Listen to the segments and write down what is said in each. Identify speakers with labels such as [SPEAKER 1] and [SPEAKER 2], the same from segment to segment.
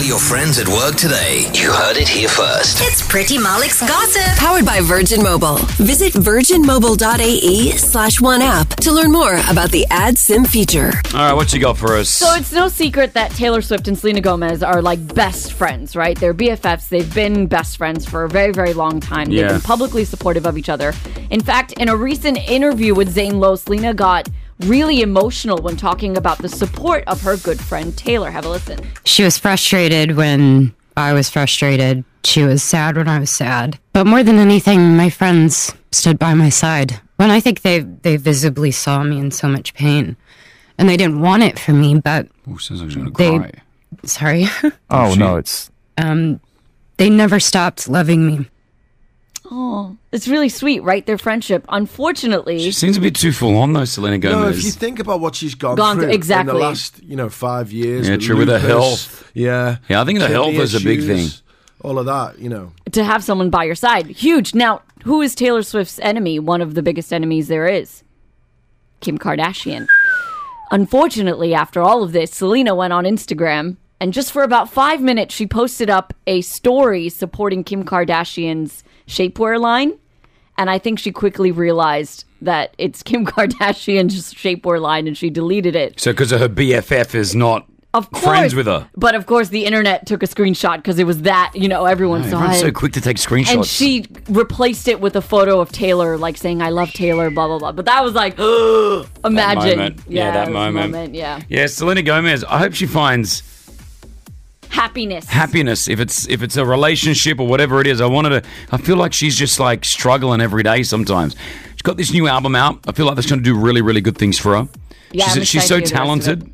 [SPEAKER 1] your friends at work today. You heard it here first.
[SPEAKER 2] It's Pretty Malik's gossip.
[SPEAKER 3] Powered by Virgin Mobile. Visit virginmobile.ae E slash one app to learn more about the ad sim feature.
[SPEAKER 4] All right, what you got for us?
[SPEAKER 5] So it's no secret that Taylor Swift and Selena Gomez are like best friends, right? They're BFFs. They've been best friends for a very, very long time. They've
[SPEAKER 4] Yeah.
[SPEAKER 5] been publicly supportive of each other. In fact, in a recent interview with Zane Lowe, Selena got really emotional when talking about the support of her good friend Taylor. Have a listen.
[SPEAKER 6] She was frustrated when I was frustrated. She was sad when I was sad. But more than anything, my friends stood by my side. When I think they they visibly saw me in so much pain, and they didn't want it for me, but
[SPEAKER 4] Ooh, sounds like she's gonna
[SPEAKER 6] They-
[SPEAKER 4] cry.
[SPEAKER 6] sorry,
[SPEAKER 7] Oh
[SPEAKER 4] She-
[SPEAKER 7] no, it's
[SPEAKER 6] um, they never stopped loving me.
[SPEAKER 5] Oh, it's really sweet, right? Their friendship. Unfortunately,
[SPEAKER 4] She seems a bit too full on though, Selena Gomez.
[SPEAKER 8] No, if you think about what she's gone,
[SPEAKER 5] Gone
[SPEAKER 8] through
[SPEAKER 5] exactly.
[SPEAKER 8] in the last, you know, five years.
[SPEAKER 4] Yeah, true, with her
[SPEAKER 8] lupus,
[SPEAKER 4] health.
[SPEAKER 8] Yeah,
[SPEAKER 4] Yeah, I think the
[SPEAKER 8] kidney
[SPEAKER 4] health is a big
[SPEAKER 8] issues,
[SPEAKER 4] thing.
[SPEAKER 8] All of that, you know.
[SPEAKER 5] to have someone by your side, huge. Now, who is Taylor Swift's enemy? One of the biggest enemies there is Kim Kardashian. Unfortunately, after all of this, Selena went on Instagram and just for about five minutes, she posted up a story supporting Kim Kardashian's shapewear line. And I think she quickly realized that it's Kim Kardashian's shapewear line and she deleted it.
[SPEAKER 4] so because her BFF is not
[SPEAKER 5] Of course.
[SPEAKER 4] friends with her.
[SPEAKER 5] But of course, the internet took a screenshot because it was that, you know, everyone saw
[SPEAKER 4] Everyone's
[SPEAKER 5] it.
[SPEAKER 4] so quick to take screenshots.
[SPEAKER 5] And she replaced it with a photo of Taylor, like saying, I love Taylor, blah, blah, blah. But that was like, imagine.
[SPEAKER 4] moment. Yeah, that
[SPEAKER 5] it was a
[SPEAKER 4] moment.
[SPEAKER 5] Yeah.
[SPEAKER 4] yeah, Selena Gomez. I hope she finds
[SPEAKER 5] Happiness.
[SPEAKER 4] happiness if it's if it's a relationship or whatever it is i wanted to i feel like she's just like struggling every day sometimes she's got this new album out i feel like that's going to do really really good things for her
[SPEAKER 5] Yeah,
[SPEAKER 4] she's,
[SPEAKER 5] I'm
[SPEAKER 4] she's so
[SPEAKER 5] excited to hear the rest of it.
[SPEAKER 4] talented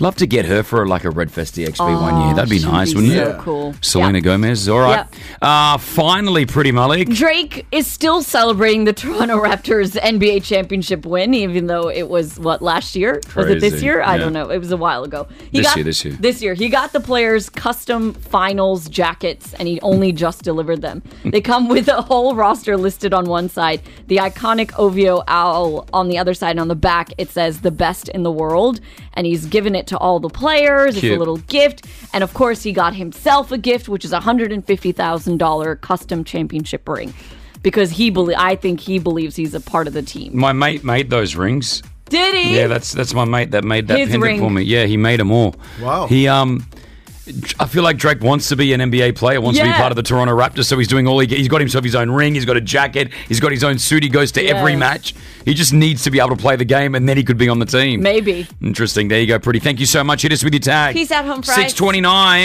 [SPEAKER 4] love to get her for like a red fest exp one year that'd be
[SPEAKER 5] Oh, she'd
[SPEAKER 4] nice
[SPEAKER 5] be
[SPEAKER 4] wouldn't
[SPEAKER 5] so
[SPEAKER 4] it
[SPEAKER 5] cool.
[SPEAKER 4] selena
[SPEAKER 5] Yeah.
[SPEAKER 4] gomez all right uh finally pretty malik
[SPEAKER 5] Drake is still celebrating the Toronto Raptors NBA championship win, even though it was what last year? Was it this
[SPEAKER 4] Crazy,
[SPEAKER 5] year? I
[SPEAKER 4] yeah.
[SPEAKER 5] don't know. It was a while ago. He
[SPEAKER 4] This
[SPEAKER 5] got,
[SPEAKER 4] year, this year.
[SPEAKER 5] This year, he got the players' custom finals jackets, and he only just delivered them. they come with a whole roster listed on one side, the iconic Ovio owl on the other side, and on the back it says "the best in the world," and he's given it to all the players. It's
[SPEAKER 4] Cute.
[SPEAKER 5] a little gift. And of course, he got himself a gift, which is a $150,000 custom championship ring because he believe I think he believes he's a part of the team.
[SPEAKER 4] my mate made those rings
[SPEAKER 5] Did he?
[SPEAKER 4] Yeah, that's that's my mate that made that
[SPEAKER 5] His
[SPEAKER 4] pendant
[SPEAKER 5] ring.
[SPEAKER 4] for me. Yeah, he made them all.
[SPEAKER 8] Wow.
[SPEAKER 4] He um. I feel like Drake wants to be an NBA player, wants to be
[SPEAKER 5] Yeah.
[SPEAKER 4] part of the Toronto Raptors, so he's doing all he He's got himself his own ring, he's got a jacket, he's got his own suit, he goes to every
[SPEAKER 5] Yeah.
[SPEAKER 4] match. He just needs to be able to play the game and then he could be on the team.
[SPEAKER 5] Maybe.
[SPEAKER 4] Interesting. There you go, pretty. Thank you so much. Hit us with your tag.
[SPEAKER 5] Peace out, home fries.
[SPEAKER 4] 629.